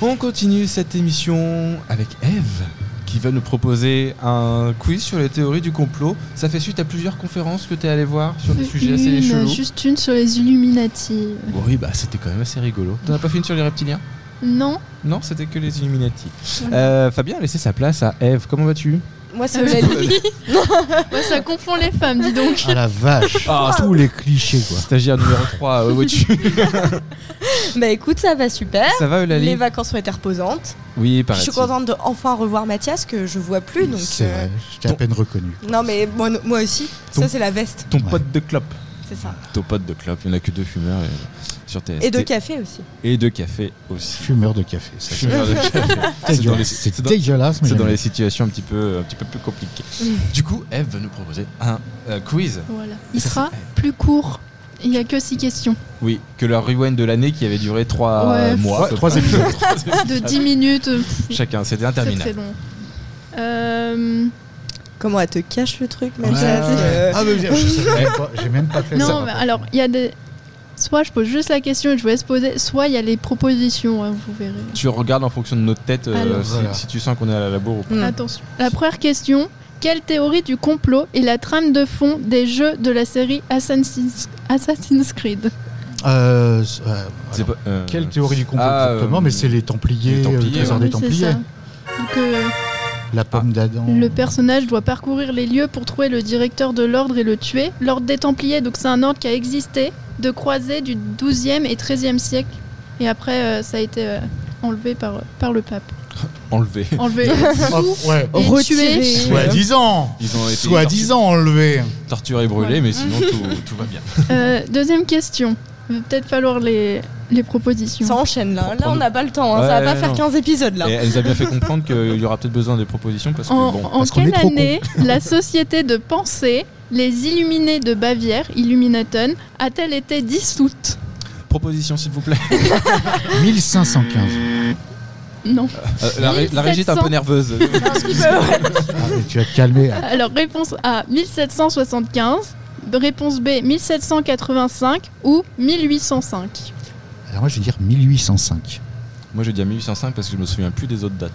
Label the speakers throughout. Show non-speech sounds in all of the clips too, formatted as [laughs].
Speaker 1: On continue cette émission avec Eve qui va nous proposer un quiz sur les théories du complot. Ça fait suite à plusieurs conférences que tu es allé voir sur des sujets assez
Speaker 2: Une,
Speaker 1: chelous.
Speaker 2: Juste une sur les Illuminati.
Speaker 1: Oui, bah c'était quand même assez rigolo. T'en as pas fait une sur les reptiliens
Speaker 2: Non,
Speaker 1: Non, c'était que les Illuminati.
Speaker 2: Voilà.
Speaker 1: Euh, Fabien a laissé sa place à Eve. Comment vas-tu
Speaker 3: Moi, c'est
Speaker 2: Ah oui.
Speaker 1: [laughs]
Speaker 3: Aurélie.
Speaker 2: Ouais, ça confond les femmes, dis donc.
Speaker 4: Ah la vache
Speaker 1: Ah,
Speaker 4: Tous les clichés quoi.
Speaker 1: Stagiaire numéro euh, 3, où [laughs] tu
Speaker 3: bah écoute, ça va super.
Speaker 1: Ça va,
Speaker 3: Les
Speaker 1: Eulalie
Speaker 3: vacances ont été reposantes.
Speaker 1: Oui,
Speaker 3: Je
Speaker 1: pareil.
Speaker 3: suis contente de enfin revoir Mathias que je vois plus. Donc,
Speaker 4: C'est
Speaker 3: euh,
Speaker 4: vrai, je t'ai à
Speaker 1: ton-
Speaker 4: peine reconnu.
Speaker 3: Non mais moi, moi aussi.
Speaker 1: Ton-
Speaker 3: Ça c'est la veste,
Speaker 1: Ton
Speaker 4: Ouais.
Speaker 1: pote de clope.
Speaker 3: c'est ça.
Speaker 1: Ton pote de clope, il n'y en a que deux fumeurs et- sur TST.
Speaker 3: Et de café aussi.
Speaker 1: Et de café [laughs] aussi.
Speaker 4: Fumeur de café, ça c'est
Speaker 1: Fumeur de café. C'est dans les-
Speaker 4: dégueulasse.
Speaker 1: c'est
Speaker 4: C'est
Speaker 1: dans-
Speaker 4: dégueulasse, mais
Speaker 1: C'est dans
Speaker 4: j'aime
Speaker 1: les situations un petit peu, un petit peu plus compliquées.
Speaker 4: Mm.
Speaker 1: Du coup, Eve va nous proposer un euh, quiz.
Speaker 2: Voilà. Il
Speaker 1: Ça,
Speaker 2: sera
Speaker 1: c'est-
Speaker 2: plus court. Il n'y a que six questions
Speaker 1: Oui, que leur rewind de l'année qui avait duré 3
Speaker 2: Ouais.
Speaker 1: mois. à
Speaker 4: Trois-
Speaker 1: peu
Speaker 4: trois
Speaker 1: près.
Speaker 4: épisodes.
Speaker 1: [laughs] Trois épisodes
Speaker 2: Ah, de 10 minutes. pff,
Speaker 1: Chacun, c'était
Speaker 2: Très
Speaker 1: interminable.
Speaker 2: très long. Euh,
Speaker 3: Comment elle te cache le truc,
Speaker 4: bien.
Speaker 3: Mathias
Speaker 4: Ouais.
Speaker 3: euh,
Speaker 4: Ah mais je- je sais même pas- j'ai même pas fait ça.
Speaker 2: non, mais alors il y a des. Soit je pose juste la question et je vous laisse poser, soit il y a les propositions, hein, vous verrez.
Speaker 1: Tu regardes en fonction de notre tête euh,
Speaker 2: Alors.
Speaker 1: si,
Speaker 4: Voilà.
Speaker 1: si tu sens qu'on est à la labour ou pas.
Speaker 3: hmm.
Speaker 2: Attention. La première question quelle théorie du complot est la trame de fond des jeux de la série Assassin's, Assassin's Creed
Speaker 4: Euh, c'est- euh,
Speaker 1: C'est
Speaker 4: alors,
Speaker 1: pas- euh,
Speaker 4: Quelle théorie du complot
Speaker 1: Ah,
Speaker 4: exactement
Speaker 1: euh,
Speaker 4: Mais c'est les Templiers, euh,
Speaker 1: les
Speaker 4: le
Speaker 1: Templiers,
Speaker 4: trésor
Speaker 1: ouais.
Speaker 4: des
Speaker 2: Oui, c'est
Speaker 4: Templiers,
Speaker 2: ça. Donc, euh,
Speaker 4: la
Speaker 1: Ah.
Speaker 4: pomme d'Adam.
Speaker 2: Le personnage doit parcourir les lieux pour trouver le directeur de l'ordre et le tuer. L'ordre des Templiers, donc c'est un ordre qui a existé de croisée du 12e et 13e siècle. Et après, euh, ça a été euh, enlevé par, euh, par le pape.
Speaker 1: Enlevé.
Speaker 2: Enlevé.
Speaker 4: Oh, ouais.
Speaker 2: et euh,
Speaker 3: Retiré.
Speaker 2: tué.
Speaker 4: Soi-disant
Speaker 1: Ils ont été
Speaker 4: Soi-disant enlevé
Speaker 1: torturé et brûlé,
Speaker 2: Voilà.
Speaker 1: mais sinon tout, tout va bien.
Speaker 2: Euh, deuxième question. Il va peut-être falloir les, les propositions.
Speaker 3: Ça enchaîne là. Là,
Speaker 1: Prends-nous.
Speaker 3: on n'a pas le temps. hein. ça
Speaker 1: Ouais,
Speaker 3: va pas
Speaker 1: ouais,
Speaker 3: faire
Speaker 1: non.
Speaker 3: 15 épisodes là.
Speaker 1: Et elle nous a bien fait comprendre qu'il y aura peut-être besoin des propositions parce que
Speaker 2: En,
Speaker 1: bon.
Speaker 2: en
Speaker 4: parce qu'on est
Speaker 2: quelle
Speaker 4: trop con.
Speaker 2: année la société de pensée, les Illuminés de Bavière, Illuminaten, a-t-elle été dissoute
Speaker 1: Proposition, s'il vous
Speaker 4: [laughs]
Speaker 1: plaît.
Speaker 4: 1515.
Speaker 2: Non.
Speaker 1: Euh, la, ré- la régie est un
Speaker 2: 1700.
Speaker 1: peu nerveuse.
Speaker 4: Ah, mais tu vas te calmer.
Speaker 2: Alors, réponse A, 1775. Réponse B, 1785 ou 1805.
Speaker 4: Alors moi je vais dire 1805.
Speaker 1: Moi, je dis à 1805 parce que je me souviens plus des autres dates.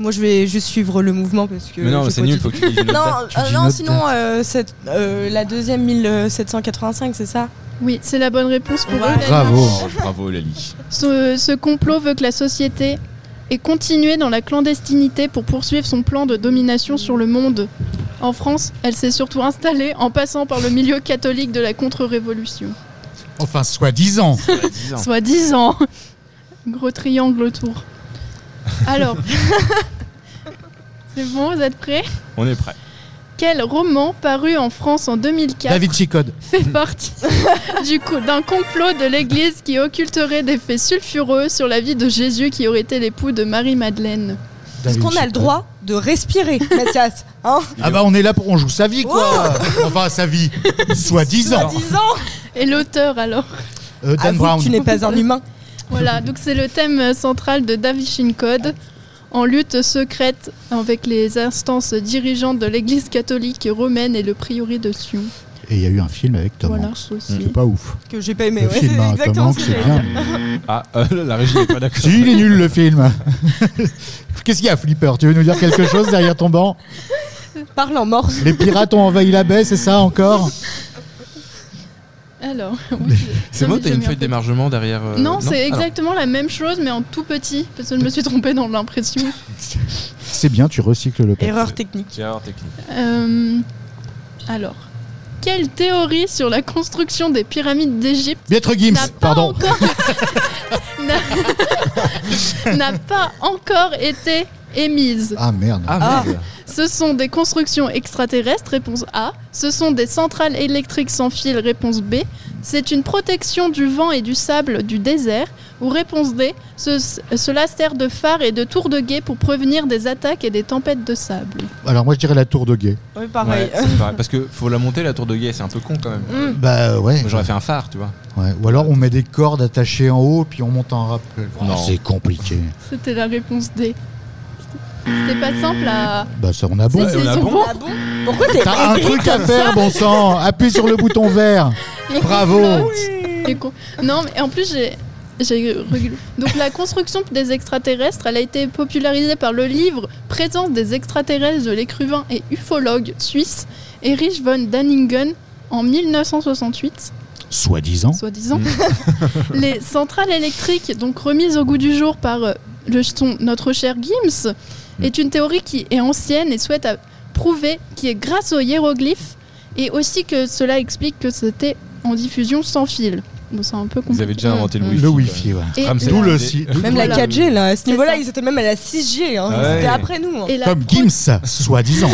Speaker 3: Moi, je vais juste suivre le mouvement parce que.
Speaker 1: mais non,
Speaker 3: j'ai
Speaker 1: c'est
Speaker 3: pas
Speaker 1: nul,
Speaker 3: dit-
Speaker 1: faut que tu
Speaker 3: [laughs]
Speaker 1: dises une autre date.
Speaker 3: Non,
Speaker 4: tu
Speaker 3: euh,
Speaker 4: dis
Speaker 3: non,
Speaker 4: notre
Speaker 3: sinon euh, cette- euh, la deuxième 1785, c'est ça
Speaker 2: Oui, c'est Ah, la bonne réponse pour
Speaker 3: Ouais.
Speaker 2: Eulalie.
Speaker 4: Bravo.
Speaker 1: Oh, bravo, [laughs] Lali.
Speaker 2: Ce, ce complot veut que la société ait continué dans la clandestinité pour poursuivre son plan de domination sur le monde. En France, elle s'est surtout installée en passant par le milieu catholique de la contre-révolution.
Speaker 4: Enfin soi-disant.
Speaker 1: Disant.
Speaker 2: Soit 10 ans. Gros triangle autour. Alors, [laughs] c'est bon, vous êtes prêts
Speaker 1: On est prêt.
Speaker 2: Quel roman paru en France en 2004
Speaker 4: Da Vinci Code.
Speaker 2: fait partie [laughs] du co- d'un complot de l'Église qui occulterait des faits sulfureux sur la vie de Jésus qui aurait été l'époux de Marie-Madeleine
Speaker 4: Da
Speaker 3: Parce qu'on
Speaker 4: Vinci
Speaker 3: a le
Speaker 4: Code.
Speaker 3: droit de respirer, Mathias. Hein
Speaker 4: Ah bah on est là pour on joue sa vie quoi. enfin
Speaker 3: [laughs]
Speaker 4: sa vie. Soi-disant.
Speaker 1: Soi-disant.
Speaker 3: 10 ans
Speaker 2: Et l'auteur alors
Speaker 4: Euh, Dan
Speaker 3: Avoue que
Speaker 4: Brown.
Speaker 3: Tu n'es pas un humain.
Speaker 2: Voilà, donc c'est le thème euh, central de Davishin Code. En lutte secrète avec les instances dirigeantes de l'Église catholique romaine et le prieuré de Sion.
Speaker 4: Et il y a eu un film avec Tom
Speaker 2: Voilà,
Speaker 4: Hanks.
Speaker 2: aussi.
Speaker 1: Mm.
Speaker 4: C'est pas ouf.
Speaker 3: Que j'ai pas aimé.
Speaker 4: le
Speaker 3: ouais,
Speaker 4: film
Speaker 3: c'est
Speaker 4: hein, Tom
Speaker 3: exactement
Speaker 4: Hanks
Speaker 3: ce que
Speaker 4: c'est
Speaker 3: j'ai-
Speaker 4: bien.
Speaker 1: Ah, euh, la régie n'est pas d'accord.
Speaker 4: si il est nul le film. [laughs] Qu'est-ce qu'il y a Flipper Tu veux nous dire quelque chose derrière ton banc
Speaker 3: Parle en morse.
Speaker 4: Les pirates ont envahi la baie, c'est ça encore
Speaker 1: [laughs]
Speaker 2: Alors, oui, je-
Speaker 1: C'est
Speaker 2: Non,
Speaker 1: moi,
Speaker 2: mais
Speaker 1: t'as
Speaker 2: j'ai
Speaker 1: une
Speaker 2: mis un
Speaker 1: feuille
Speaker 2: peu-
Speaker 1: de démargement derrière. euh,
Speaker 2: Non, c'est
Speaker 1: Ah,
Speaker 2: exactement la même chose, mais en tout petit, parce que je me suis trompée dans l'impression.
Speaker 4: C'est bien, tu recycles le papier.
Speaker 3: Erreur technique.
Speaker 1: Erreur technique.
Speaker 2: Euh, alors, quelle théorie sur la construction des pyramides d'Égypte
Speaker 4: Maître Gims,
Speaker 2: n'a pas
Speaker 4: pardon.
Speaker 2: encore [laughs] n'a- n'a pas encore été émise
Speaker 4: Ah merde.
Speaker 1: Ah, merde.
Speaker 2: Ce sont des constructions extraterrestres, réponse A. Ce sont des centrales électriques sans fil, réponse B. C'est une protection du vent et du sable du désert, ou réponse D. Ce- cela sert de phare et de tour de guet pour prévenir des attaques et des tempêtes de sable.
Speaker 4: Alors moi je dirais la tour de guet.
Speaker 3: Oui, ah, pareil.
Speaker 1: Ouais, c'est pareil. Parce que faut la monter, la tour de guet, c'est un peu con quand même.
Speaker 3: Hmm.
Speaker 4: Bah ouais.
Speaker 1: Moi, J'aurais fait un phare, tu vois.
Speaker 4: Ouais, Ou alors on met des cordes attachées en haut, puis on monte en rappel.
Speaker 1: Non.
Speaker 4: C'est compliqué.
Speaker 2: C'était la réponse D. C'était pas simple à.
Speaker 4: Bah ça, on a bon.
Speaker 2: Si, si,
Speaker 1: on
Speaker 2: ils
Speaker 1: a
Speaker 2: sont
Speaker 1: bon.
Speaker 2: bons.
Speaker 3: Ah bon Pourquoi t'es
Speaker 4: T'as un truc à faire, bon sang. Appuie sur le bouton vert.
Speaker 2: Les
Speaker 4: Bravo.
Speaker 2: [laughs] complotes, les con- Non, mais en plus, j'ai. j'ai regu- Donc la construction des extraterrestres, elle a été popularisée par le livre Présence des extraterrestres de l'écrivain et ufologue suisse Erich von Danningen en 1968,
Speaker 4: Soi-disant.
Speaker 2: soi-disant.
Speaker 1: Mm.
Speaker 2: [laughs] Les centrales électriques, donc remises au goût du jour par euh, le, son- notre cher Gims,
Speaker 1: Mm.
Speaker 2: est une théorie qui est ancienne et souhaite euh, prouver qui est grâce aux hiéroglyphes et aussi que cela explique que c'était en diffusion sans fil. Bon, c'est un peu compliqué.
Speaker 1: Vous avez déjà inventé le wifi.
Speaker 4: Mm. Le wifi, ouais.
Speaker 2: Et
Speaker 1: Ramsey.
Speaker 2: la-
Speaker 4: D'où le
Speaker 1: Ramsey.
Speaker 4: si.
Speaker 3: Même
Speaker 2: Voilà.
Speaker 3: la 4G, là, à ce
Speaker 2: C'est
Speaker 3: niveau-là,
Speaker 2: ça.
Speaker 3: ils étaient même à la 6G. Hein.
Speaker 1: Ouais.
Speaker 3: C'était après nous. hein.
Speaker 2: et la
Speaker 4: Comme
Speaker 2: pro-
Speaker 4: Gims, soi-disant.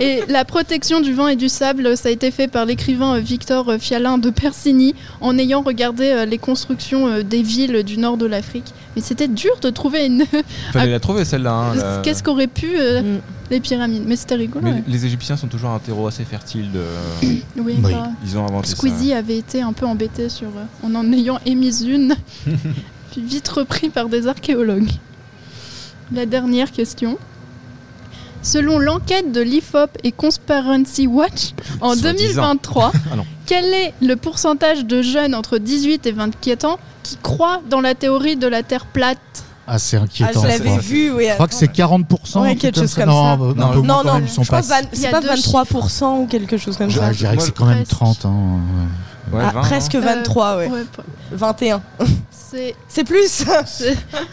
Speaker 2: Et la protection du vent et du sable, ça a été fait par l'écrivain euh, Victor euh, Fialin de Persigny en ayant regardé euh, les constructions euh, des villes du nord de l'Afrique. Mais c'était dur de trouver une...
Speaker 1: Fallait la trouver celle-là. hein, la-
Speaker 2: Qu'est-ce qu'auraient pu euh,
Speaker 3: Mm.
Speaker 2: les pyramides Mais c'était rigolo.
Speaker 1: Mais
Speaker 2: ouais.
Speaker 1: les Égyptiens sont toujours un terreau assez fertile. de-
Speaker 2: Oui,
Speaker 4: Oui.
Speaker 2: bah,
Speaker 1: Ils ont inventé
Speaker 2: Squeezie avait été un peu embêté sur, euh, en en ayant
Speaker 1: [laughs]
Speaker 2: émis une, puis vite repris par des archéologues. La dernière question. Selon l'enquête de l'IFOP et Conspiracy Watch en
Speaker 1: Soi-disant.
Speaker 2: 2023,
Speaker 1: [laughs] Ah non.
Speaker 2: quel est le pourcentage de jeunes entre 18 et 24 ans qui croient dans la théorie de la Terre plate
Speaker 4: Ah, c'est
Speaker 3: Ah,
Speaker 4: inquiétant.
Speaker 3: je
Speaker 4: ça.
Speaker 3: l'avais
Speaker 1: ça,
Speaker 3: vu, oui.
Speaker 4: Je crois que c'est 40%.
Speaker 3: Ouais,
Speaker 4: un truc
Speaker 3: quelque chose comme
Speaker 4: non,
Speaker 3: ça.
Speaker 4: bah,
Speaker 1: Non,
Speaker 4: un peu moins
Speaker 3: Non,
Speaker 4: quand
Speaker 3: non,
Speaker 4: même, ils sont
Speaker 3: je crois
Speaker 4: pas.
Speaker 3: que van-
Speaker 2: Il y a
Speaker 3: c'est pas
Speaker 2: deux
Speaker 3: 23% ou quelque chose comme ça.
Speaker 4: Ouais, Je dirais que
Speaker 1: Moi,
Speaker 4: c'est quand même
Speaker 2: presque.
Speaker 4: 30 ans.
Speaker 1: ça.
Speaker 4: ouais.
Speaker 1: Ouais,
Speaker 3: Ah,
Speaker 1: 20, hein.
Speaker 3: presque
Speaker 2: Euh,
Speaker 3: 23, ouais.
Speaker 2: Ouais, p-
Speaker 3: 21.
Speaker 2: C'est
Speaker 3: C'est [laughs] plus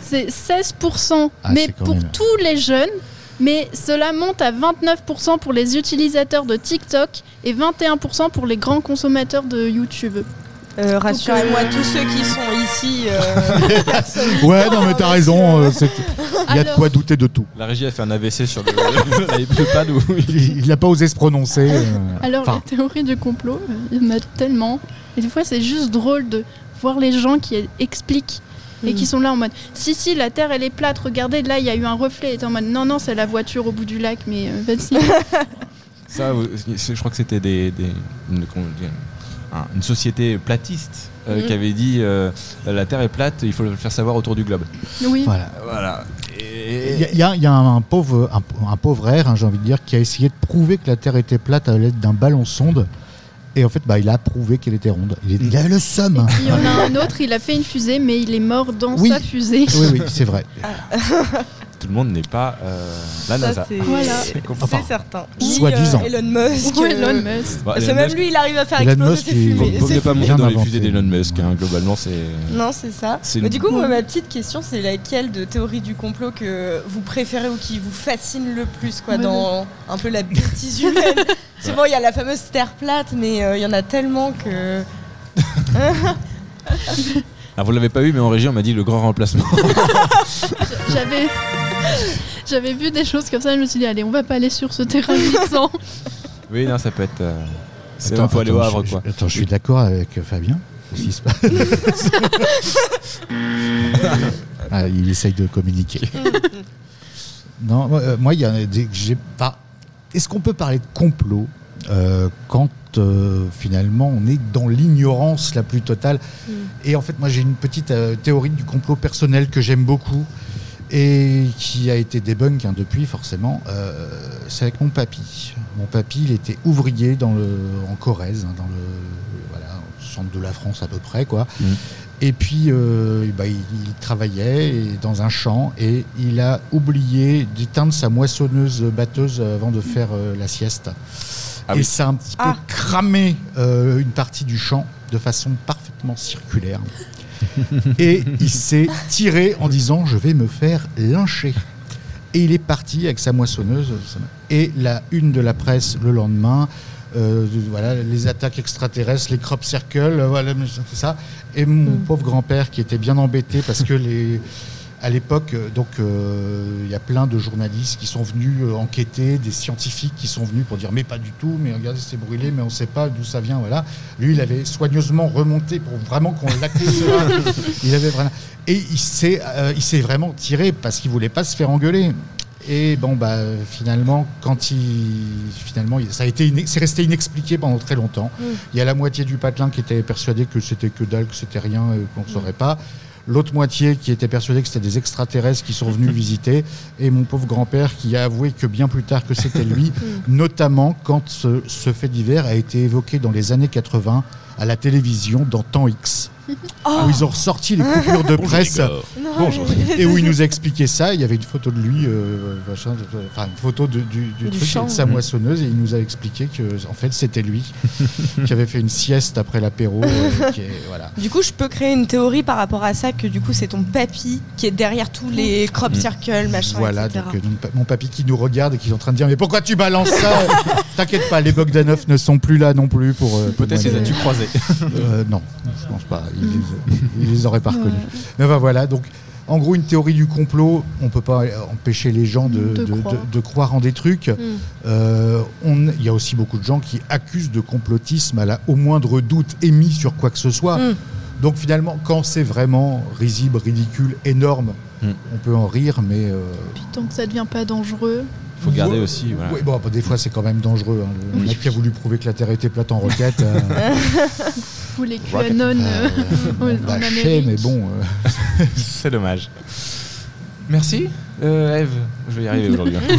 Speaker 2: C'est 16%,
Speaker 4: Ah,
Speaker 2: mais
Speaker 4: c'est quand
Speaker 2: pour
Speaker 4: même.
Speaker 2: tous les jeunes. Mais cela monte à 29% pour les utilisateurs de TikTok et 21% pour les grands consommateurs de YouTube.
Speaker 3: Euh, Rassurez-moi,
Speaker 2: Donc,
Speaker 3: tous ceux qui sont ici.
Speaker 4: [laughs]
Speaker 3: euh,
Speaker 4: Ouais, non, mais t'as raison. euh, c'est- Il y a de
Speaker 2: Alors-
Speaker 4: quoi douter de tout.
Speaker 1: La régie a fait un AVC sur le, le [laughs] pad où
Speaker 4: Il il n'a pas osé se prononcer. euh,
Speaker 2: Alors
Speaker 4: enfin,
Speaker 2: la théorie du complot, euh, il y en a tellement. Et des fois c'est juste drôle de voir les gens qui expliquent et
Speaker 3: Mm.
Speaker 2: qui sont là en mode si si la terre elle est plate, regardez là il y a eu un reflet et t'es en mode non non c'est la voiture au bout du lac mais euh,
Speaker 4: [laughs]
Speaker 2: vas-y.
Speaker 1: Ça, vous- je je crois que c'était des, des- une, comment dire, un- une société platiste euh,
Speaker 2: Mhm.
Speaker 1: qui avait dit euh, la Terre est plate, il faut le faire savoir autour du globe.
Speaker 2: oui.
Speaker 4: voilà.
Speaker 1: Voilà.
Speaker 4: Il y a,
Speaker 1: Et,
Speaker 4: il y a- il y a un pauvre, un, un pauvre air, j'ai envie de dire, qui a essayé de prouver que la Terre était plate à l'aide d'un ballon sonde. Et en fait, bah, il a prouvé qu'elle était ronde. Il, est- il a le
Speaker 2: Et
Speaker 4: seum.
Speaker 2: puis il y en a un autre, il a fait une fusée mais il est mort dans
Speaker 4: Oui.
Speaker 2: sa fusée. [laughs]
Speaker 4: Oui, oui, c'est vrai.
Speaker 1: tout le monde n'est pas euh, la
Speaker 3: ça,
Speaker 1: NASA.
Speaker 3: c'est
Speaker 2: Voilà.
Speaker 3: c'est
Speaker 4: Enfin,
Speaker 3: certain.
Speaker 4: soi-disant.
Speaker 3: Ni, euh, Elon Musk.
Speaker 2: Ou
Speaker 3: euh,
Speaker 2: Elon Musk.
Speaker 1: Bah,
Speaker 3: Parce que
Speaker 1: Elon
Speaker 3: même
Speaker 1: Musk,
Speaker 3: lui, il arrive à faire
Speaker 4: Elon
Speaker 3: exploser
Speaker 4: Musk,
Speaker 3: ses
Speaker 4: il-
Speaker 3: fumées.
Speaker 1: Vaut
Speaker 3: ses
Speaker 1: mieux pas
Speaker 3: fumées.
Speaker 1: monter dans les
Speaker 4: inventé.
Speaker 1: fusées d'Elon Musk, hein, globalement, c'est.
Speaker 3: Non, c'est ça.
Speaker 1: C'est
Speaker 3: Mais
Speaker 1: une-
Speaker 3: du coup, moi, ma petite question, c'est laquelle de théorie du complot que vous préférez ou qui vous fascine le plus, quoi,
Speaker 2: Ouais,
Speaker 3: dans un peu la
Speaker 1: [laughs]
Speaker 3: bêtise humaine Souvent, il y a la fameuse terre plate, mais euh, il y en a tellement que.
Speaker 1: Alors, vous l'avez pas eu, mais en régie, on m'a dit le grand remplacement. [laughs]
Speaker 2: J'avais. J'avais vu des choses comme ça, je me suis dit, allez, on va pas aller sur ce terrain glissant.
Speaker 1: oui, non, ça peut être. euh, c'est
Speaker 4: Attends,
Speaker 1: un peu aller au
Speaker 4: attends,
Speaker 1: Havre,
Speaker 4: je-
Speaker 1: quoi.
Speaker 4: je- Attends, je suis d'accord avec euh, Fabien. Qu'est-ce qui se passe Ah, il essaye de communiquer. non, moi, euh, moi, il y en a des que j'ai pas. Est-ce qu'on peut parler de complot euh, quand euh, finalement on est dans l'ignorance la plus totale Et en fait, moi, j'ai une petite euh, théorie du complot personnel que j'aime beaucoup et qui a été débunk hein, depuis, forcément. Euh, c'est avec mon papy. Mon papy, il était ouvrier dans le, en Corrèze, hein, dans le voilà, au centre de la France à peu près, quoi.
Speaker 1: Mm.
Speaker 4: Et puis, euh, bah, il, il travaillait et- dans un champ et il a oublié d'éteindre sa moissonneuse batteuse avant de faire euh, la sieste.
Speaker 1: Ah
Speaker 4: et
Speaker 1: oui.
Speaker 4: ça a un petit peu
Speaker 3: Ah.
Speaker 4: cramé euh, une partie du champ de façon parfaitement circulaire. et il s'est tiré en disant Je vais me faire lyncher. Et il est parti avec sa moissonneuse. Et la une de la presse le lendemain, euh, voilà, les attaques extraterrestres, les crop circles, euh, voilà, mais c'est tout ça. Et mon pauvre grand-père qui était bien embêté parce que les. À l'époque, euh, donc, euh, il y a plein de journalistes qui sont venus euh, enquêter, des scientifiques qui sont venus pour dire mais pas du tout, mais regardez, c'est brûlé, mais on ne sait pas d'où ça vient, voilà. Lui, il avait soigneusement remonté pour vraiment qu'on l'accuse. il avait vraiment... Et il s'est, euh, il s'est vraiment tiré parce qu'il voulait pas se faire engueuler. Et bon, bah, finalement, quand il. Finalement, il- ça a été inex- c'est resté inexpliqué pendant très longtemps. Il y a la moitié du patelin qui était persuadé que c'était que dalle, que c'était rien, euh, qu'on ne saurait pas. L'autre moitié qui était persuadé que c'était des extraterrestres qui sont venus visiter. Et mon pauvre grand-père qui a avoué que bien plus tard que c'était lui, notamment quand ce, ce fait divers a été évoqué dans les années 80 à la télévision dans Temps X. Ah, où ils ont ressorti les
Speaker 3: Ah.
Speaker 4: coupures de presse
Speaker 3: Oh,
Speaker 4: euh,
Speaker 3: Non,
Speaker 1: Ah Bonjour.
Speaker 3: mais- [laughs]
Speaker 4: et où ils nous expliquaient ça. Il y avait une photo de lui, euh, machin, de- enfin une photo de- du, du
Speaker 3: Du
Speaker 4: truc
Speaker 3: champ.
Speaker 4: et de sa moissonneuse et il nous a expliqué que en fait
Speaker 3: [laughs]
Speaker 4: c'était lui qui avait fait une sieste après l'apéro. euh, qui est- voilà.
Speaker 3: Du coup, je peux créer une théorie par rapport à ça que du coup, c'est ton papy qui est derrière tous les crop
Speaker 1: Mm.
Speaker 3: circles, machin,
Speaker 4: Voilà,
Speaker 3: etc.
Speaker 4: donc euh, donc, pa- mon papy qui nous regarde et qui est en train de dire Mais pourquoi tu balances ça
Speaker 3: [laughs]
Speaker 4: T'inquiète pas, les Bogdanov ne sont plus là non plus pour. euh,
Speaker 1: Peut-être les
Speaker 4: témoigner.
Speaker 1: as-tu croisés.
Speaker 4: Euh, non, je pense pas.
Speaker 1: [laughs]
Speaker 4: Ils les, ils les auraient pas reconnus. Mais enfin, voilà, donc en gros, une théorie du complot, on peut pas euh, empêcher les gens de,
Speaker 2: De
Speaker 4: de- de- de croire.
Speaker 2: croire.
Speaker 4: en des trucs. Euh, on- Il y a aussi beaucoup de gens qui accusent de complotisme à la, au moindre doute émis sur quoi que ce soit.
Speaker 3: Mm.
Speaker 4: Donc finalement, quand c'est vraiment risible, ridicule, énorme,
Speaker 1: Mm.
Speaker 4: on peut en rire, mais... euh,
Speaker 2: Puis tant que ça devient pas dangereux.
Speaker 1: Faut garder
Speaker 4: Ouais.
Speaker 1: aussi. voilà.
Speaker 4: ouais, bon, bah, des fois, c'est quand même dangereux. hein. Le
Speaker 2: Oui.
Speaker 4: mec qui a voulu prouver que la Terre était plate en roquette... euh, [laughs]
Speaker 2: Vous les
Speaker 1: Rocket.
Speaker 2: QAnon. euh,
Speaker 4: on
Speaker 2: en
Speaker 4: bâchait, mais
Speaker 2: Amérique.
Speaker 4: bon... euh,
Speaker 1: [laughs] C'est dommage. Merci, euh, Eve. Je vais y
Speaker 3: [laughs]
Speaker 1: arriver aujourd'hui. hein. [laughs]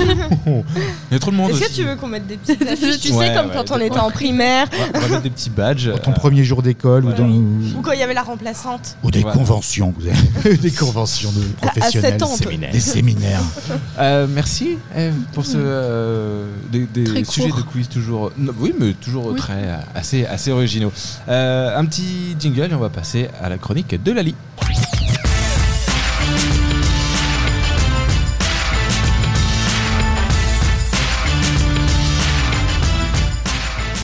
Speaker 1: Il y a trop de euh, monde
Speaker 3: Est-ce que
Speaker 1: aussi.
Speaker 3: tu veux qu'on mette
Speaker 1: [laughs]
Speaker 3: des petites affiches Tu
Speaker 1: Ouais,
Speaker 3: sais, comme
Speaker 1: ouais,
Speaker 3: quand on
Speaker 1: des-
Speaker 3: était en primaire
Speaker 1: Ouais, On va mettre des petits badges.
Speaker 4: Pour ton premier jour d'école
Speaker 1: voilà.
Speaker 4: ou, dans-
Speaker 3: ou quand il y avait la remplaçante.
Speaker 4: ou des
Speaker 1: Voilà.
Speaker 4: conventions, vous avez- [laughs] des conventions de professionnels,
Speaker 3: sept ans, on peut.
Speaker 4: séminaires. des séminaires.
Speaker 1: Euh, merci Eve pour ce euh, des, des
Speaker 2: Mm. Très court.
Speaker 1: sujets de quiz toujours non, oui mais toujours
Speaker 2: Oui.
Speaker 1: très euh, assez assez originaux. Euh, un petit jingle et on va passer à la chronique de Lali.